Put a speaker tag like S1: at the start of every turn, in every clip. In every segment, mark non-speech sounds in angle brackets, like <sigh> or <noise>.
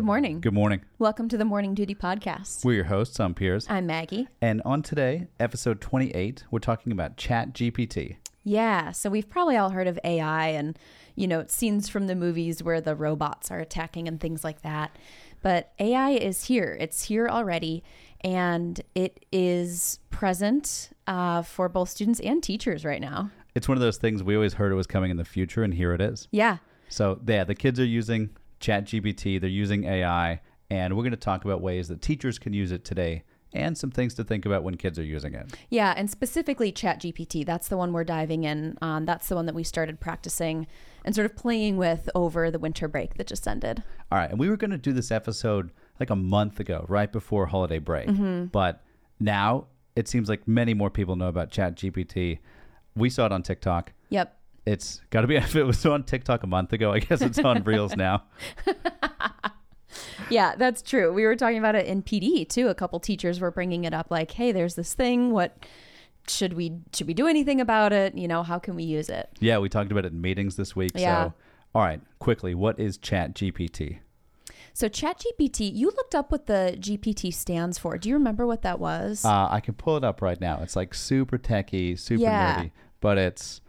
S1: morning.
S2: Good morning.
S1: Welcome to the Morning Duty Podcast.
S2: We're your hosts. I'm Piers.
S1: I'm Maggie.
S2: And on today, episode 28, we're talking about Chat GPT.
S1: Yeah, so we've probably all heard of AI and, you know, scenes from the movies where the robots are attacking and things like that. But AI is here, it's here already, and it is present uh, for both students and teachers right now.
S2: It's one of those things we always heard it was coming in the future, and here it is.
S1: Yeah,
S2: So, yeah, the kids are using Chat GPT, they're using AI, and we're going to talk about ways that teachers can use it today and some things to think about when kids are using it.
S1: Yeah, and specifically ChatGPT. That's the one we're diving in on. That's the one that we started practicing and sort of playing with over the winter break that just ended.
S2: All right, and we were going to do this episode like a month ago, right before holiday break. But now it seems like many more people know about Chat GPT. We saw it on TikTok.
S1: Yep.
S2: It's got to be <laughs> if it was on TikTok a month ago. I guess
S1: <laughs>
S2: it's on Reels now.
S1: Yeah, that's true. We were talking about it in PD too. A couple teachers were bringing it up like, "Hey, there's this thing. What should we should we do anything about it? You know, how can we use it?"
S2: Yeah, we talked about it in meetings this week.
S1: Yeah.
S2: So, all right, quickly, what is Chat GPT?
S1: So ChatGPT, you looked up what the GPT stands for. Do you remember what that was?
S2: Uh, I can pull it up right now. It's like super techy, super
S1: Yeah.
S2: nerdy, but it's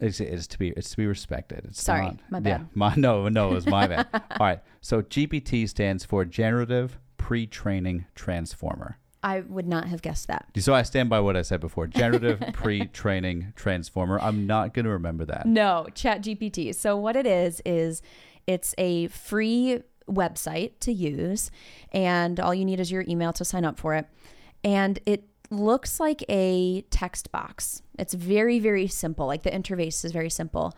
S2: it's, it's to be it's to be respected. It's
S1: Sorry,
S2: not-
S1: my
S2: Yeah,
S1: bad.
S2: my no, no, it was my
S1: <laughs>
S2: bad. All right, so GPT stands for Generative Pre-Training Transformer.
S1: I would not have guessed that.
S2: So I stand by what I said before. Generative
S1: <laughs>
S2: Pre-Training Transformer. I'm not going to remember that.
S1: No, ChatGPT. So what it is is it's a free website to use and all you need is your email to sign up for it. And it looks like a text box. It's very very simple. Like the interface is very simple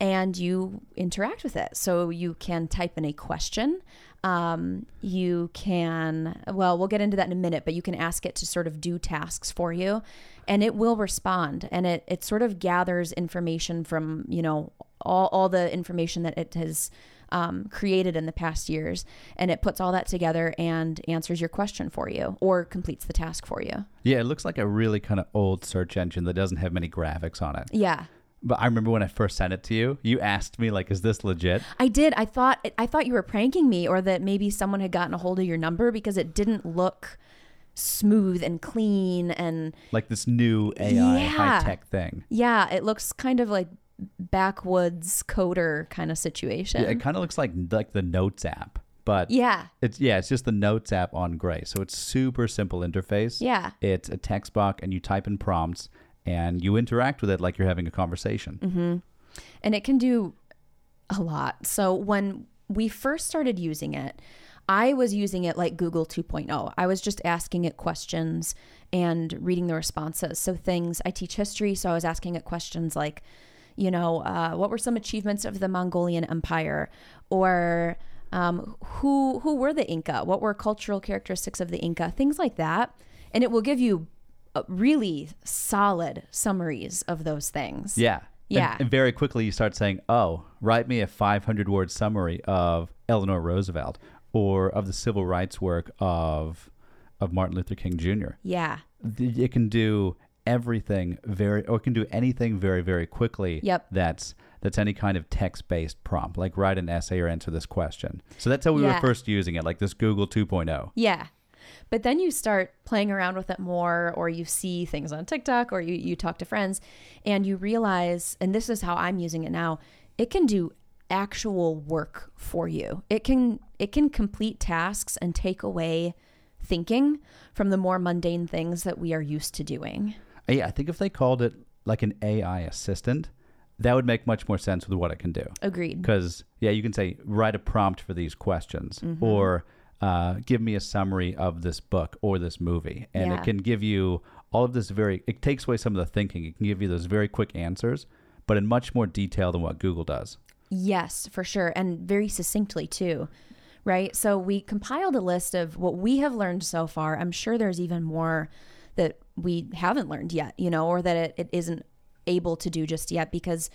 S1: and you interact with it. So you can type in a question. Um, you can, well, we'll get into that in a minute, but you can ask it to sort of do tasks for you and it will respond. And it, it sort of gathers information from, you know, all, all the information that it has um, created in the past years. And it puts all that together and answers your question for you or completes the task for you.
S2: Yeah, it looks like a really kind of old search engine that doesn't have many graphics on it.
S1: Yeah.
S2: But I remember when I first sent it to you, you asked me like, "Is this legit?"
S1: I did. I thought I thought you were pranking me, or that maybe someone had gotten a hold of your number because it didn't look smooth and clean, and
S2: Like this new AI
S1: Yeah.
S2: high tech thing.
S1: yeah, it looks kind of like backwoods coder kind of
S2: Yeah, it
S1: situation.
S2: kind of looks like like the Notes app, but
S1: Um, Yeah,
S2: it's yeah, it's just the Notes app on Gray. So it's super simple interface.
S1: yeah,
S2: It's a text box, and you type in prompts, and you interact with it like you're having a conversation.
S1: and it can do a lot. So when we first started using it, I was using it like Google 2.0. I was just asking it questions and reading the responses. So things I teach history, so I was asking it questions like, you know, uh, what were some achievements of the Mongolian Empire, or um, who who were the Inca? What were cultural characteristics of the Inca? Things like that, and it will give you uh, really solid summaries of those things.
S2: Yeah. And-
S1: Yeah.
S2: and very quickly, you start saying, "Oh, write me a 500 word summary of Eleanor Roosevelt, or of the civil rights work of of Martin Luther King Jr."
S1: Yeah.
S2: th- it can do everything very or it can do anything very very quickly
S1: Yep.
S2: that's that's any kind of text-based prompt like write an essay or answer this question so that's how we
S1: Yeah.
S2: were first using it like this google oh. 2.0
S1: Yeah. But then you start playing around with it more, or you see things on TikTok, or you, you talk to friends, and you realize, and this is how I'm using it now, it can do actual work for you. It can it can complete tasks and take away thinking from the more mundane things that we are used to doing.
S2: yeah i think if they called it like an ai assistant that would make much more sense with what it can do
S1: Agreed.
S2: because yeah you can say write a prompt for these questions or uh, give me a summary of this book or this movie and
S1: Yeah.
S2: it can give you all of this very it takes away some of the thinking it can give you those very quick answers but in much more detail than what google does
S1: Yes, for sure. And very succinctly, too. Right. So we compiled a list of what we have learned so far. I'm sure there's even more that we haven't learned yet, you know, or that it, it isn't able to do just yet because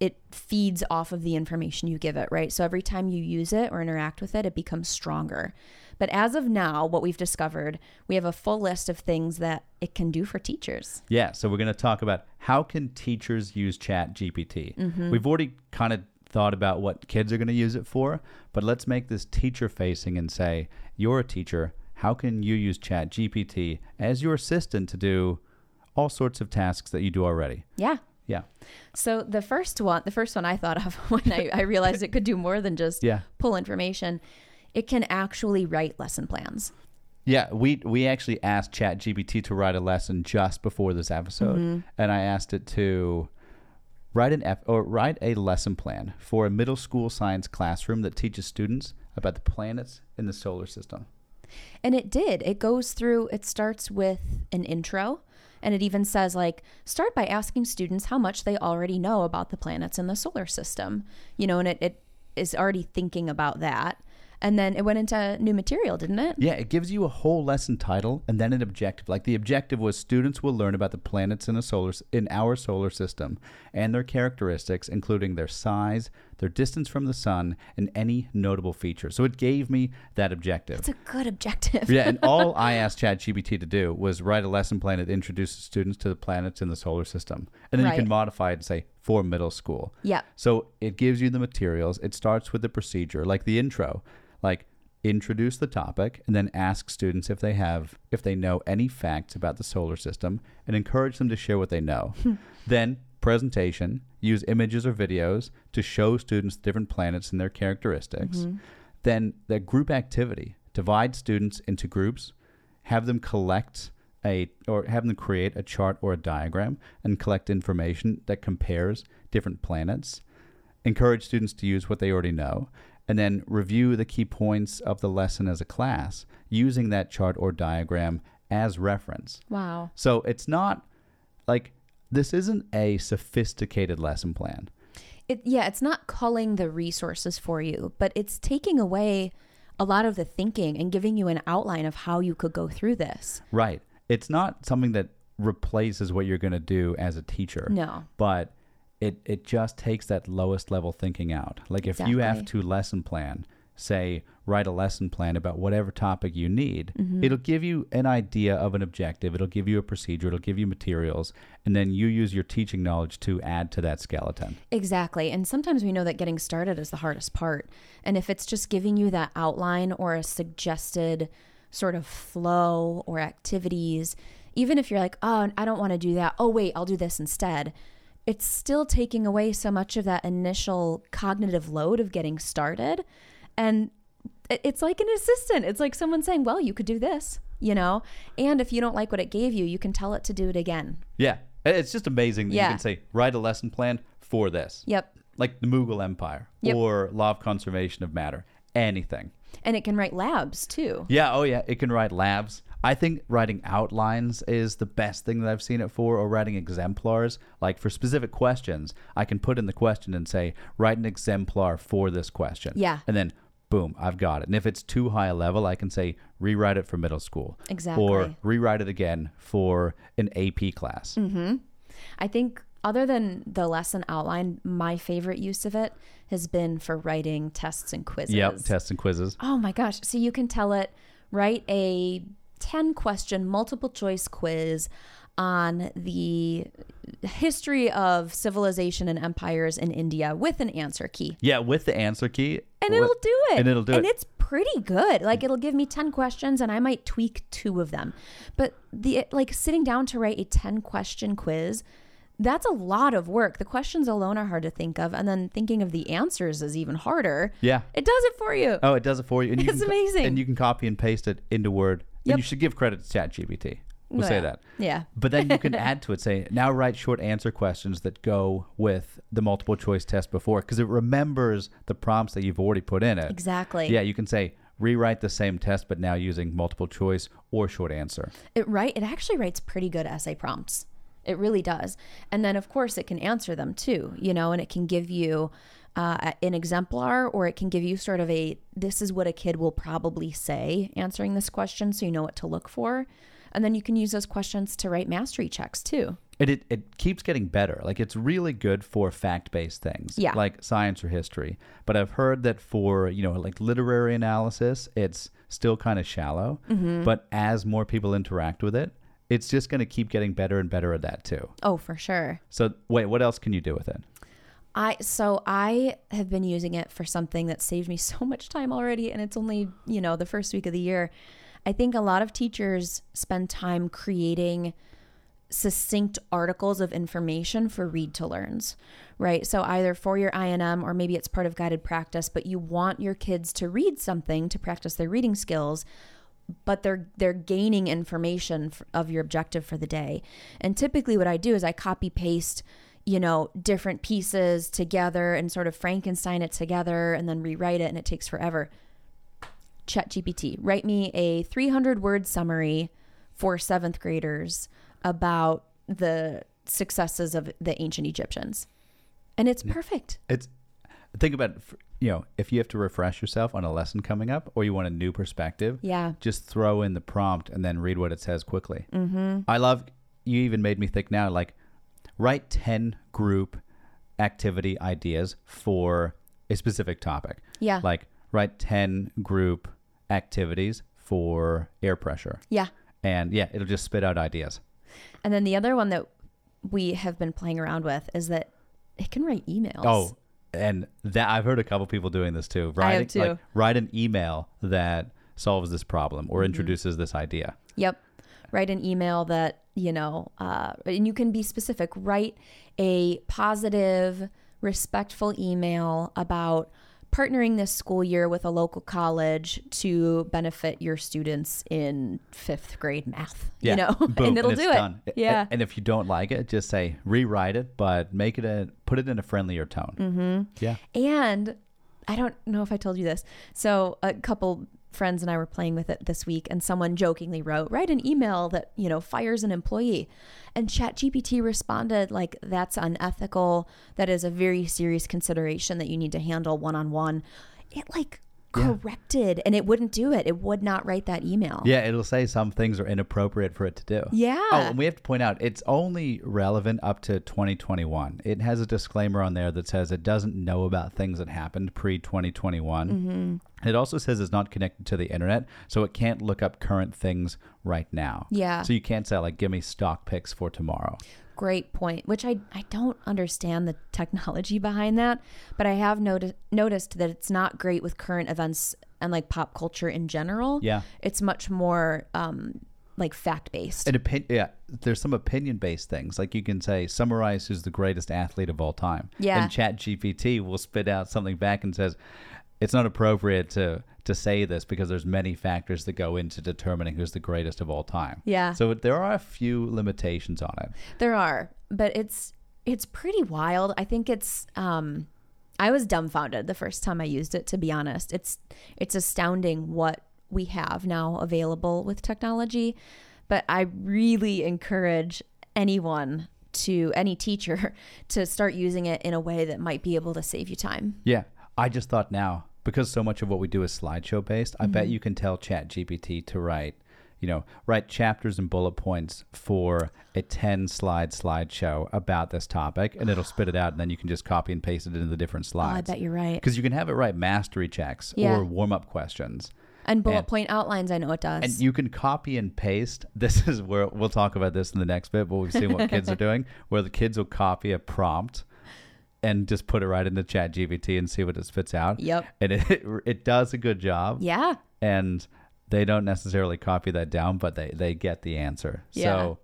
S1: it feeds off of the information you give it, right? So every time you use it or interact with it, it becomes stronger. But as of now, what we've discovered, we have a full list of things that it can do for teachers.
S2: yeah so we're going to talk about how can teachers use chat gpt we've already kind of thought about what kids are going to use it for, but let's make this teacher facing and say, you're a teacher. How can you use Chat GPT as your assistant to do all sorts of tasks that you do already?
S1: Yeah.
S2: Yeah.
S1: So the first one, the first one I thought of <laughs> when I, I realized it could do more than just
S2: Yeah.
S1: pull information, it can actually write lesson plans.
S2: Yeah, we we actually asked ChatGPT to write a lesson just before this episode, and I asked it to write an F, or write a lesson plan for a middle school science classroom that teaches students about the planets in the solar system.
S1: And it did. It goes through, it starts with an intro. And it even says, like, start by asking students how much they already know about the planets in the solar system. You know, and it, it is already thinking about that. And then it went into new material, didn't it?
S2: Yeah, it gives you a whole lesson title and then an objective. Like the objective was students will learn about the planets in a solar s- in our solar system and their characteristics, including their size, their distance from the sun, and any notable features. So it gave me that objective.
S1: It's a good <laughs> objective.
S2: yeah, and all I asked ChatGPT to do was write a lesson plan that introduces students to the planets in the solar system. And then you
S1: Right.
S2: can modify it and say for middle school.
S1: Yep.
S2: So it gives you the materials. It starts with the procedure, like the intro, like introduce the topic and then ask students if they have if they know any facts about the solar system and encourage them to share what
S1: <laughs>
S2: they know.
S1: Hmm.
S2: then presentation, use images or videos to show students different planets and their characteristics.
S1: Mm-hmm.
S2: Then the group activity, divide students into groups, have them collect a or have them create a chart or a diagram and collect information that compares different planets encourage students to use what they already know, and then review the key points of the lesson as a class using that chart or diagram as reference.
S1: Wow.
S2: So it's not like this isn't a sophisticated lesson plan.
S1: It, yeah, it's not culling the resources for you, but it's taking away a lot of the thinking and giving you an outline of how you could go through this.
S2: Right. It's not something that replaces what you're going to do as a teacher.
S1: No.
S2: But it it just takes that lowest level thinking out. Like if you have to
S1: Exactly.
S2: lesson plan, say write a lesson plan about whatever topic you need,
S1: Mm-hmm.
S2: it'll give you an idea of an objective, it'll give you a procedure, it'll give you materials, and then you use your teaching knowledge to add to that skeleton.
S1: Exactly. And sometimes we know that getting started is the hardest part. And if it's just giving you that outline or a suggested sort of flow or activities, even if you're like, oh, I don't want to do that. Oh, wait, I'll do this instead. It's still taking away so much of that initial cognitive load of getting started. And it- it's like an assistant. It's like someone saying, well, you could do this, you know? And if you don't like what it gave you, you can tell it to do it again.
S2: Yeah. I- It's just amazing that
S1: Yeah.
S2: you can say write a lesson plan for this.
S1: Yep.
S2: Like the Mughal Empire
S1: Yep.
S2: or law of conservation of matter, anything.
S1: And it can write labs too.
S2: Yeah, oh yeah, it can write labs. I think writing outlines is the best thing that I've seen it for, or writing exemplars. Like for specific questions, I can put in the question and say, write an exemplar for this question.
S1: Yeah.
S2: And then boom, I've got it. And if it's too high a level, I can say, rewrite it for middle school. Or
S1: Exactly.
S2: rewrite it again for an AP class.
S1: Mm, I think other than the lesson outline, my favorite use of it has been for writing tests and quizzes.
S2: Yep, tests and quizzes.
S1: Oh my gosh. So you can tell it write a 10 question multiple choice quiz on the history of civilization and empires in India with an answer key.
S2: Yeah, with the answer key.
S1: And
S2: with-
S1: it'll do it.
S2: And it'll do
S1: And
S2: it.
S1: it's pretty good. Like it'll give me 10 questions and I might tweak two of them. But the like sitting down to write a 10 question quiz, that's a lot of work. The questions alone are hard to think of and then thinking of the answers is even harder.
S2: Yeah.
S1: It does it for you.
S2: Oh, it does it for you. And you
S1: It's
S2: can,
S1: amazing.
S2: And you can copy and paste it into Word.
S1: Yep. Oh,
S2: And you should give credit to ChatGPT. We'll
S1: Yeah.
S2: say that.
S1: Yeah.
S2: But
S1: <laughs>
S2: then you can add to it, say, now write short answer questions that go with the multiple choice test before, because it remembers the prompts that you've already put in it.
S1: Exactly.
S2: Yeah, you can say, rewrite the same test, but now using multiple choice or short answer.
S1: It right it actually writes pretty good essay prompts. It really does. And then of course it can answer them too, you know, and it can give you uh, an exemplar or it can give you sort of a this is what a kid will probably say answering this question so you know what to look for. And then you can use those questions to write mastery checks too.
S2: And it, it keeps getting better. Like it's really good for fact based things.
S1: Yeah.
S2: Like science or history. But I've heard that for, you know, like literary analysis, it's still kind of shallow.
S1: Mm-hmm.
S2: But as more people interact with it, it's just going to keep getting better and better at that too.
S1: Oh, for sure.
S2: So, wait, what else can you do with it?
S1: I so I have been using it for something that saved me <laughs> so much time already and it's only, you know, the first week of the year. I think a lot of teachers spend time creating succinct articles of information for read to learns, right? So either for your INM or maybe it's part of guided practice, but you want your kids to read something to practice their reading skills, but they're they're gaining information f- of your objective for the day. And typically what I do is I copy paste you know, different pieces together and sort of Frankenstein it together and then rewrite it and it takes forever. ChatGPT, write me a 300 word summary for seventh graders about the successes of the ancient Egyptians. And it's perfect.
S2: It's think about it, for- you know if you have to refresh yourself on a lesson coming up or you want a new perspective.
S1: Yeah.
S2: Just throw in the prompt and then read what it says quickly. Mm-hmm. I love you. Even made me think now. Like write ten group activity ideas for a specific topic.
S1: Yeah.
S2: Like write ten group activities for air pressure.
S1: yeah.
S2: And yeah, it'll just spit out ideas.
S1: And then the other one that we have been playing around with is that it can write emails.
S2: Oh, and that I've heard a couple people doing this too. Write,
S1: I have
S2: Like,
S1: too.
S2: write an email that solves this problem
S1: Mm-hmm.
S2: or introduces this idea.
S1: Yep. Write an email that, you know, uh, and you can be specific. Write a positive, respectful email about partnering this school year with a local college to benefit your students in fifth grade math. You know, <laughs>
S2: Boom,
S1: and it'll
S2: it's
S1: do it.
S2: done. A-
S1: Yeah.
S2: And if you don't like it, just say rewrite it, but make it a put it in a friendlier tone. Mm-hmm. Yeah.
S1: And I don't know if I told you this. So a couple friends and I were playing with it this week and someone jokingly wrote, write an email that, you know, fires an employee. And ChatGPT responded like that's unethical. That is a very serious consideration that you need to handle one on one. It like
S2: Yeah.
S1: corrected and it wouldn't do it. It would not write that email.
S2: Yeah, it'll say some things are inappropriate for it to do.
S1: Yeah.
S2: Oh, and we have to point out it's only relevant up to 2021. It has a disclaimer on there that says it doesn't know about things that happened pre 2021.
S1: Mm-hmm.
S2: It also says it's not connected to the internet, so it can't look up current things right now.
S1: Yeah.
S2: So you can't say, like, give me stock picks for tomorrow.
S1: Great point, which I, I don't understand the technology <laughs> behind that, but I have noti- noticed that it's not great with current events and like pop culture in general.
S2: Yeah.
S1: It's much more um, like fact based.
S2: An opinion, yeah. There's some opinion-based things like you can say summarize who's the greatest athlete of all time.
S1: Yeah.
S2: And Chat GPT will spit out something back and says it's not appropriate to to say this because there's many factors that go into determining who's the greatest of all time.
S1: Yeah.
S2: So there are a few limitations on it.
S1: There are, but it's it's pretty wild. I think it's um I was dumbfounded the first time I used it to be honest. It's it's astounding what we have now available with technology, but I really encourage anyone to any teacher <laughs> to start using it in a way that might be able to save you time.
S2: Yeah. I just thought now because so much of what we do is slideshow based, I
S1: Mm-hmm.
S2: bet you can tell Chat GPT to write, you know, write chapters and bullet points for a 10 slide slideshow about this topic and it'll spit it out and then you can just copy and paste it into the different
S1: Oh, I
S2: slides.
S1: bet you're right.
S2: Because you can have it write mastery checks
S1: Yeah.
S2: or warm up questions.
S1: And bullet
S2: and-
S1: point outlines, I know it does.
S2: And you can copy and paste. <laughs> This is where we'll talk about this in the next bit, but we've seen what kids
S1: <laughs>
S2: are doing, where the kids will copy a prompt and just put it right into Chat GPT and see what it spits out.
S1: Yep.
S2: And it, it does a good job.
S1: yeah.
S2: And they don't necessarily copy that down, but they, they get the answer.
S1: Yeah.
S2: So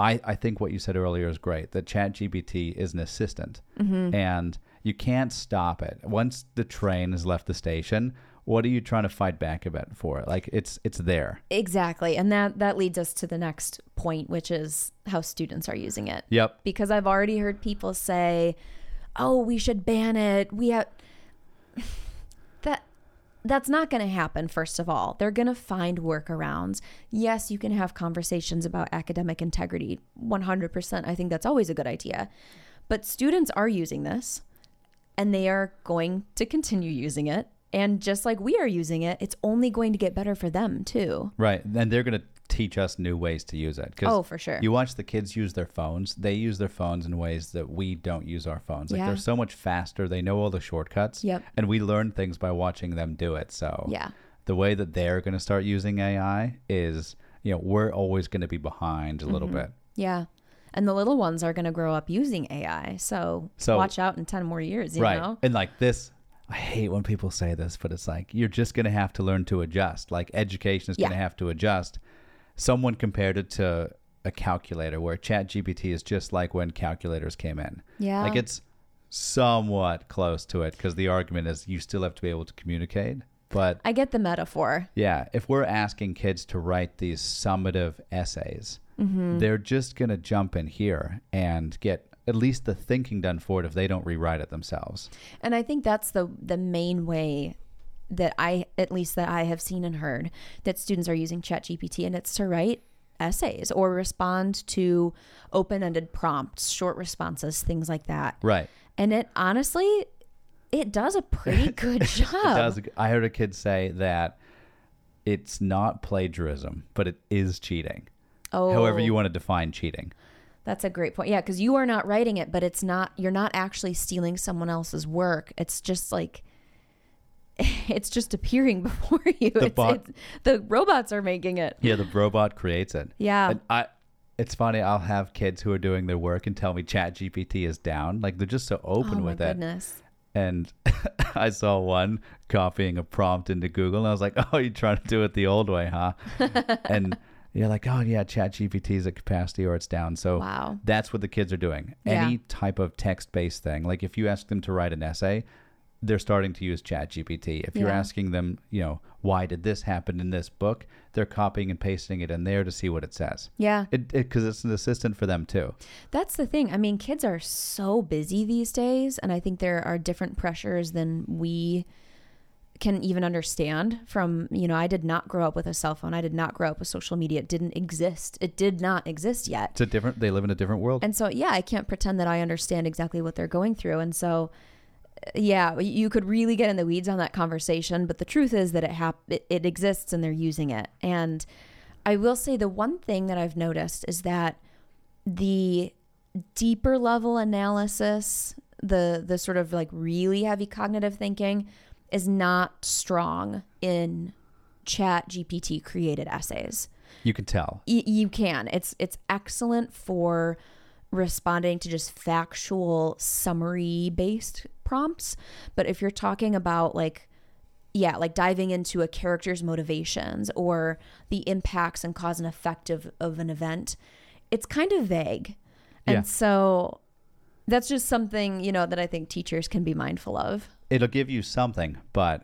S2: I, I think what you said earlier is great that Chat GPT is an assistant
S1: Mm-hmm.
S2: and you can't stop it. Once the train has left the station, what are you trying to fight back about for? Like it's it's there.
S1: Exactly. And that that leads us to the next point, which is how students are using it.
S2: Yep.
S1: because I've already heard people say, "Oh, we should ban it. We have <laughs> that that's not going to happen first of all. They're going to find workarounds. Yes, you can have conversations about academic integrity. 100%. I think that's always a good idea. But students are using this and they are going to continue using it. And just like we are using it, it's only going to get better for them too.
S2: Right. And they're going to teach us new ways to use it. 'Cause
S1: Oh, for sure.
S2: You watch the kids use their phones. They use their phones in ways that we don't use our phones. Like
S1: Yeah.
S2: they're so much faster. They know all the shortcuts.
S1: Yep.
S2: And we learn things by watching them do it. So
S1: Yeah.
S2: the way that they're going to
S1: Mm-hmm.
S2: start using AI is, you know, we're always going to be behind a little bit.
S1: Yeah. and the little ones are going to grow up using AI. So,
S2: So-
S1: watch out in 10 more years, you
S2: right.
S1: know?
S2: And like this, I hate when people say this, but it's like you're just going to have to learn to adjust. Like education is going
S1: Yeah.
S2: to have to adjust. Someone compared it to a calculator where ChatGPT is just like when calculators came in.
S1: Yeah.
S2: Like it's somewhat close to it because the argument is you still have to be able to communicate. But
S1: I get the metaphor.
S2: yeah, if we're asking kids to write these summative essays,
S1: Mm-hmm.
S2: they're just going to jump in here and get at least the thinking done for it if they don't rewrite it themselves.
S1: And I think that's the the main way that I at least that I have seen and heard that students are using ChatGPT and it's to write essays or respond to open-ended prompts, short responses, things like that.
S2: Right.
S1: And it honestly it does a pretty good job.
S2: <laughs> It does. I heard a kid say that it's not plagiarism, but it is cheating.
S1: Oh,
S2: However, you want to define cheating.
S1: That's a great point. Yeah, cuz you are not writing it, but it's not you're not actually stealing someone else's work. It's just like <laughs> it's just appearing <laughs> before you. The, it's,
S2: bot-
S1: it's, the robots are making it.
S2: Yeah, the robot creates it.
S1: Yeah.
S2: And I, it's funny. I'll have kids who are doing their work and tell me ChatGPT is down. Like they're just so open
S1: oh
S2: with
S1: my
S2: it.
S1: goodness.
S2: And <laughs> I saw one copying a prompt into Google, and I was like, <laughs> "Oh, you're trying to do it the old
S1: <laughs>
S2: way, huh?" and you're like, "Oh yeah, ChatGPT is at capacity or it's down." So
S1: Wow.
S2: that's what the kids are doing.
S1: Yeah.
S2: Any type of text-based thing, like if you ask them to write an essay, they're starting to use ChatGPT. If you're
S1: Yeah.
S2: asking them, you know, why did this happen in this book, they're copying and pasting it in there to see what it says.
S1: Yeah.
S2: It because it's an assistant for them too.
S1: That's the thing. I mean, kids are so busy these days, and I think there are different pressures than we can even understand from, you know, I did not grow up with a cell phone. I did not grow up with social media. It didn't exist. It did not exist yet.
S2: It's a different. They live in a different world.
S1: And so, yeah, I can't pretend that I understand exactly what they're going through. And so, uh, yeah, you could really get in the weeds on that conversation, but the truth is that it hap- it, it exists and they're using it. And I will say the one thing that I've noticed is that the deeper level analysis, the the sort of like really heavy cognitive thinking is not strong in chat GPT created essays
S2: you can tell.
S1: y- you can it's it's excellent for responding to just factual summary based prompts but if you're talking about like yeah like diving into a character's motivations or the impacts and cause and effect of, of an event it's kind of vague and
S2: Yeah.
S1: so that's just something you know that i think teachers can be mindful of
S2: it'll give you something, but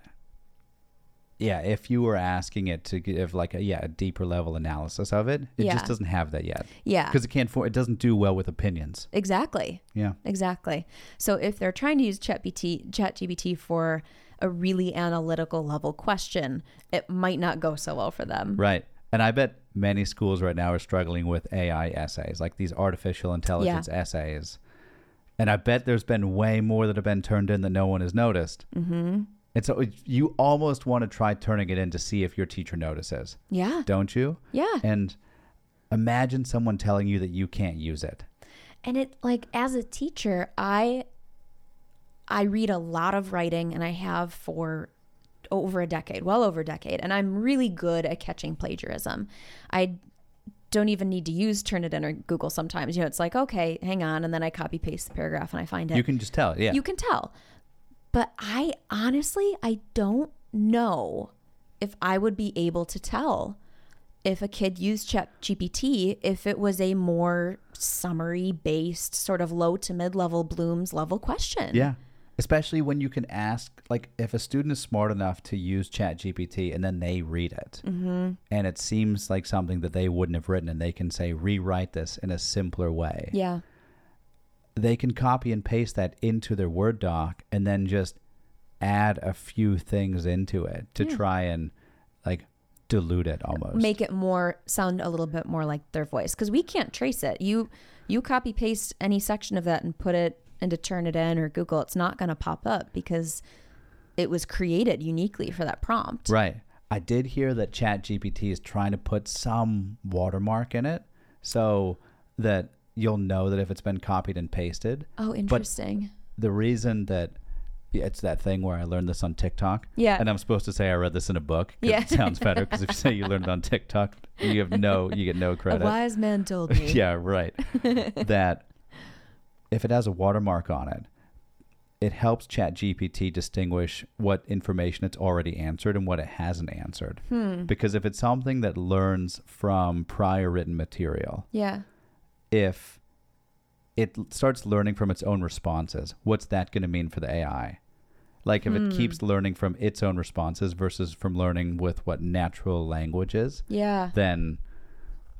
S2: yeah, if you were asking it to give like a yeah a deeper level analysis of it, it
S1: Yeah.
S2: just doesn't have that yet
S1: yeah
S2: because it can't. For, it doesn't do well with opinions.
S1: exactly
S2: Yeah,
S1: Exactly. So if they're trying to use ChatGPT ChatGPT for a really analytical level question, it might not go so well for them.
S2: right. And I bet many schools right now are struggling with AI essays, like these artificial intelligence essays. And I bet there's been way more that have been turned in that no one has noticed. Mm-hmm. And so it- you almost want to try turning it in to see if your teacher notices,
S1: Yeah.
S2: don't you?
S1: Yeah.
S2: And imagine someone telling you that you can't use it.
S1: And it like as a teacher, I I read a lot of writing and I have for over a decade, well over a decade, and I'm really good at catching plagiarism. I don't even need to use Turnitin or Google sometimes. You know, it's like, okay, hang on, and then I copy paste the paragraph and I find it.
S2: You can just tell. Yeah.
S1: you can tell. But I honestly, I don't know if I would be able to tell if a kid used Chat GPT if it was a more summary based, sort of low to mid level Bloom's level question.
S2: yeah. Especially when you can ask, like, if a student is smart enough to use ChatGPT and then they read it,
S1: Mm-hmm.
S2: and it seems like something that they wouldn't have written, and they can say, rewrite this in a simpler way,
S1: Yeah.
S2: they can copy and paste that into their Word doc and then just add a few things into it to try and, like, dilute it almost.
S1: Make it more sound a little bit more like their voice because we can't trace it. You you copy paste any section of that and put it into Turnitin or Google, it's not going to pop up because it was created uniquely for that prompt.
S2: Right. I did hear that ChatGPT is trying to put some watermark in it so that you'll know that if it's been copied and pasted.
S1: Oh, interesting.
S2: The reason that it's that thing where I learned this on TikTok.
S1: Yeah.
S2: And I'm supposed to say I read this in a book. 'cause
S1: Yeah.
S2: It sounds better because if you say you
S1: <laughs>
S2: learned it on TikTok, you have no, you get no
S1: A
S2: credit.
S1: wise man
S2: <laughs>
S1: told me.
S2: yeah, right. that if it has a watermark on it, it helps ChatGPT distinguish what information it's already answered and what it hasn't answered. Because if it's something that learns from prior written material,
S1: Yeah.
S2: if it l- starts learning from its own responses, what's that going to mean for the AI? Like if it keeps learning from its own responses versus from learning with what natural language is,
S1: Yeah.
S2: then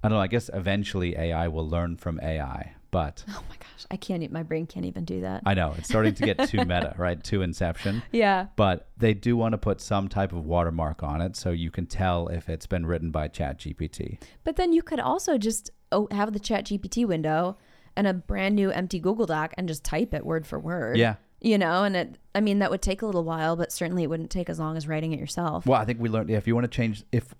S2: I don't know. I guess eventually AI will learn from AI, but
S1: Oh my gosh. I can't eat my brain can't even do that.
S2: I know it's starting to
S1: <laughs>
S2: get too meta, right? Too inception.
S1: yeah.
S2: But they do want to put some type of watermark on it so you can tell if it's been written by ChatGPT.
S1: But then you could also just oh, have the chat GPT window and a brand new empty Google Doc and just type it word for word.
S2: Yeah.
S1: You know, and it, I mean, that would take a little while, but certainly it wouldn't take as long as writing it yourself.
S2: Well, I think we learned yeah, if you want to change if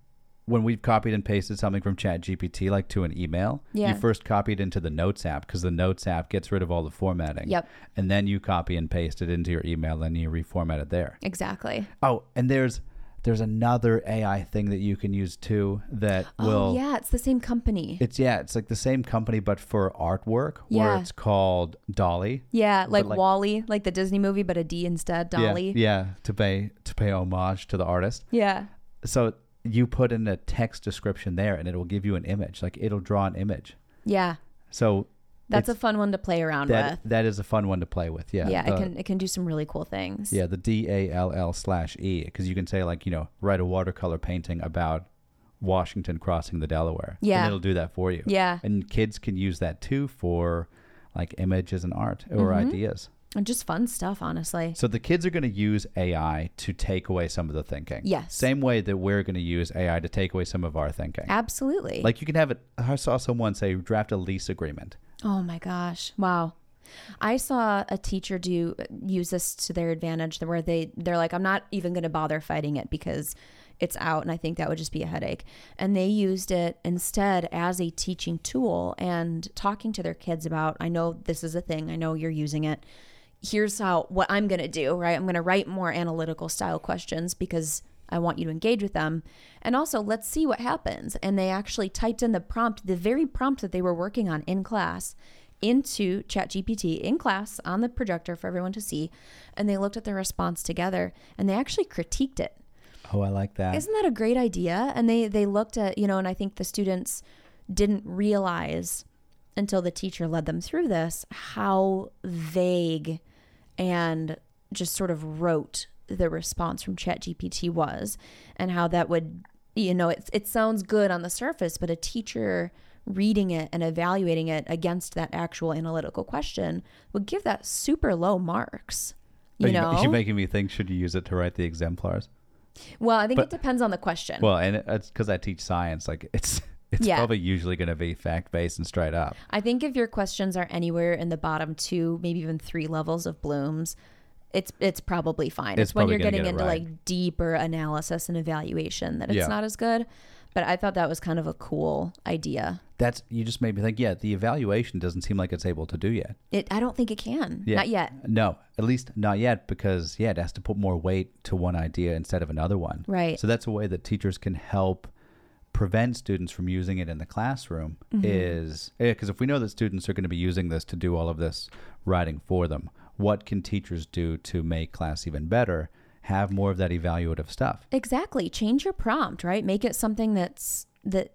S2: when we've copied and pasted something from ChatGPT like to an email,
S1: Yeah.
S2: you first copy it into the Notes app because the Notes app gets rid of all the formatting.
S1: Yep.
S2: And then you copy and paste it into your email and you reformat it there.
S1: Exactly.
S2: Oh, and there's there's another AI thing that you can use too that will
S1: oh, yeah. It's the same company.
S2: it's yeah, it's like the same company but for artwork where
S1: Yeah.
S2: it's called Dolly.
S1: yeah. Like,
S2: like-
S1: Wally, like the Disney movie, but a D instead,
S2: Yeah,
S1: Dolly.
S2: Yeah, to pay to pay homage to the artist.
S1: yeah.
S2: So you put in a text description there and it'll give you an image. Like it'll draw an image.
S1: Yeah.
S2: So
S1: That's
S2: It's-
S1: a fun one to play around
S2: that that is a fun one to play with. Yeah.
S1: with. Yeah,
S2: the,
S1: it can it can do some really cool things.
S2: Yeah, the D A L L slash E, because you can say like you know write a watercolor painting about Washington crossing the Delaware.
S1: Yeah.
S2: and it'll do that for you.
S1: Yeah.
S2: and kids can use that too for like images and art or
S1: Mm-hmm.
S2: ideas.
S1: And just fun stuff, honestly.
S2: So the kids are going to use AI to take away some of the thinking.
S1: Yes.
S2: same way that we're going to use AI to take away some of our thinking.
S1: Absolutely.
S2: Like you can have it. I saw someone say draft a lease agreement.
S1: Oh my gosh. Wow. I saw a teacher do use this to their advantage where they they're like I'm not even going to bother fighting it because it's out and I think that would just be a headache. And they used it instead as a teaching tool and talking to their kids about I know this is a thing. I know you're using it. Here's how what I'm going to do, right? I'm going to write more analytical style questions because I want you to engage with them. And also, let's see what happens. And they actually typed in the prompt, the very prompt that they were working on in class, into ChatGPT in class on the projector for everyone to see. And they looked at their response together and they actually critiqued it.
S2: Oh, I like that.
S1: Isn't that a great idea? And they they looked at, you know, and I think the students didn't realize until the teacher led them through this how vague and just sort of rote the response from ChatGPT was and how that would you know, it it sounds good on the surface, but a teacher reading it and evaluating it against that actual analytical question would give that super low marks. You
S2: Are <laughs>
S1: know,
S2: you're making me think. Should you use it to write the exemplars?
S1: well, I think
S2: but-
S1: it depends on the question.
S2: Well, and it's because I teach science. Like <laughs> it's it's
S1: Yeah.
S2: probably usually going to be fact based and straight up.
S1: I think if your questions are anywhere in the bottom two, maybe even three levels of blooms, it's it's probably fine. It's,
S2: It's
S1: when
S2: probably
S1: you're
S2: gonna
S1: getting
S2: get it
S1: into
S2: right.
S1: like deeper analysis and evaluation that it's
S2: Yeah.
S1: not as good. But I thought that was kind of a cool idea.
S2: That's you just made me think. Yeah, the evaluation doesn't seem like it's able to do yet.
S1: It I don't think it can.
S2: Yeah.
S1: Not yet.
S2: No, at least not yet, because yeah, it has to put more weight to one idea instead of another one.
S1: Right.
S2: So that's a way that teachers can help prevent students from using it in the classroom
S1: Mm-hmm.
S2: is because if we know that students are going to be using this to do all of this writing for them, what can teachers do to make class even better? Have more of that evaluative stuff.
S1: Exactly. Change your prompt, right? Make it something that's that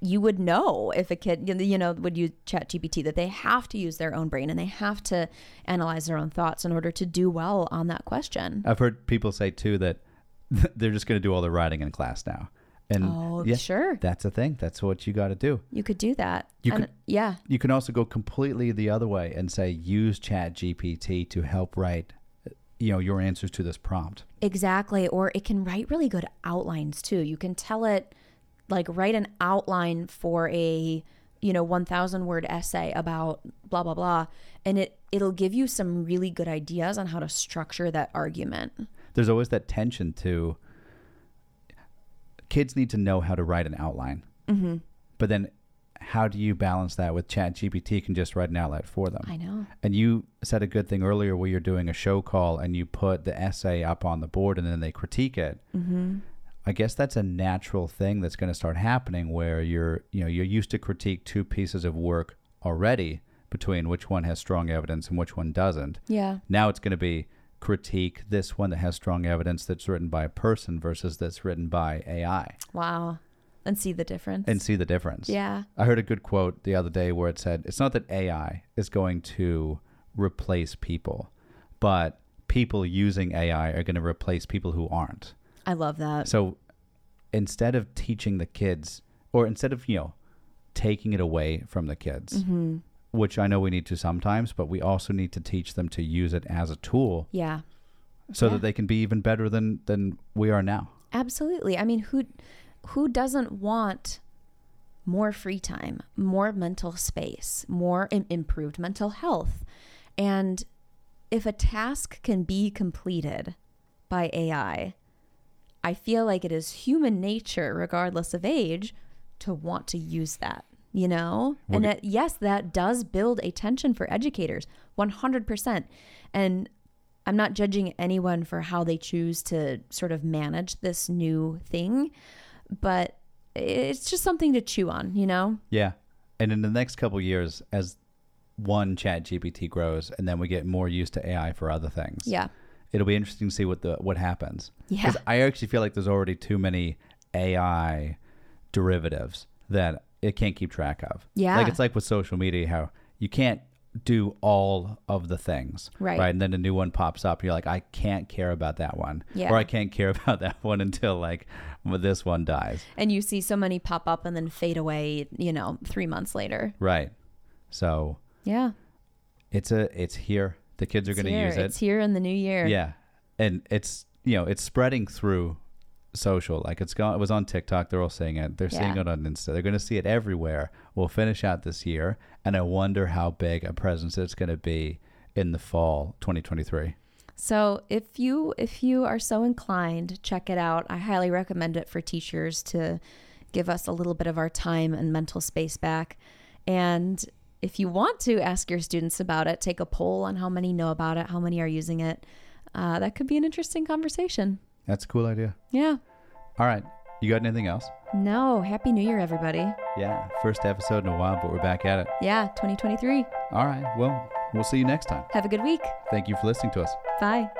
S1: you would know if a kid you know would use chat gpt that they have to use their own brain and they have to analyze their own thoughts in order to do well on that question
S2: I've heard people say too that <laughs> they're just going to do all the writing in class now. And
S1: Oh,
S2: yeah,
S1: sure.
S2: that's a thing. That's what you got to do.
S1: You could do that.
S2: You
S1: And-
S2: could-
S1: yeah.
S2: you can also go completely the other way and say use chat gpt to help write you know your answers to this prompt
S1: Exactly. Or it can write really good outlines too. You can tell it, like, write an outline for a, you know, 1,000 word essay about blah, blah, blah. And it, it'll give you some really good ideas on how to structure that argument.
S2: there's always that tension to kids need to know how to write an outline mm-hmm. but then how do you balance that with chat gpt can just write an outlet for them
S1: I know.
S2: and you said a good thing earlier where you're doing a show call and you put the essay up on the board and then they critique it
S1: Mm-hmm.
S2: I guess that's a natural thing that's going to start happening where you're, you know, you're used to critique two pieces of work already between which one has strong evidence and which one doesn't.
S1: Yeah.
S2: Now it's going to be critique this one that has strong evidence that's written by a person versus that's written by AI
S1: Wow. And see the difference.
S2: and see the difference.
S1: yeah.
S2: I heard a good quote the other day where it said, it's not that AI is going to replace people, but people using AI are going to replace people who aren't.
S1: I love that.
S2: So instead of teaching the kids, or instead of, you know, taking it away from the kids,
S1: Mm-hmm.
S2: which I know we need to sometimes, but we also need to teach them to use it as a tool
S1: Yeah.
S2: so
S1: Yeah.
S2: that they can be even better than, than we are now.
S1: Absolutely. I mean, who who doesn't want more free time, more mental space, more im- improved mental health? And if a task can be completed by AI, I feel like it is human nature, regardless of age, to want to use that, you know?
S2: We're
S1: and
S2: g-
S1: that, yes, that does build a tension for educators, 100%. And I'm not judging anyone for how they choose to sort of manage this new thing, but it's just something to chew on, you know?
S2: Yeah. And in the next couple years, as one chat GPT grows and then we get more used to AI for other things.
S1: Yeah.
S2: It'll be interesting to see what the what happens.
S1: Yeah.
S2: Because I actually feel like there's already too many AI derivatives that it can't keep track of.
S1: Yeah.
S2: Like it's like with social media, how you can't do all of the things.
S1: Right.
S2: Right. And then a new one pops up. You're like, I can't care about that one.
S1: Yeah.
S2: Or I can't care <laughs> about that one until like this one dies.
S1: And you see so many pop up and then fade away, you know, three months later.
S2: Right. So
S1: Yeah.
S2: it's a it's here. The kids are
S1: It's
S2: gonna
S1: here.
S2: use it.
S1: It's here in the new year.
S2: Yeah, and it's you know it's spreading through social. Like it's gone. It was on TikTok. They're all seeing it. They're seeing
S1: Yeah.
S2: it on Insta. They're going to see it everywhere. We'll finish out this year, and I wonder how big a presence it's going to be in the fall 2023.
S1: So if you if you are so inclined, check it out. I highly recommend it for teachers to give us a little bit of our time and mental space back. And if you want to ask your students about it, take a poll on how many know about it, how many are using it. Uh, that could be an interesting conversation.
S2: That's a cool idea.
S1: Yeah.
S2: All right, you got anything else?
S1: No. Happy New Year, everybody.
S2: Yeah, first episode in a while, but we're back at it.
S1: Yeah. 2023.
S2: All right, well, we'll see you next time.
S1: Have a good week.
S2: Thank you for listening to us.
S1: Bye.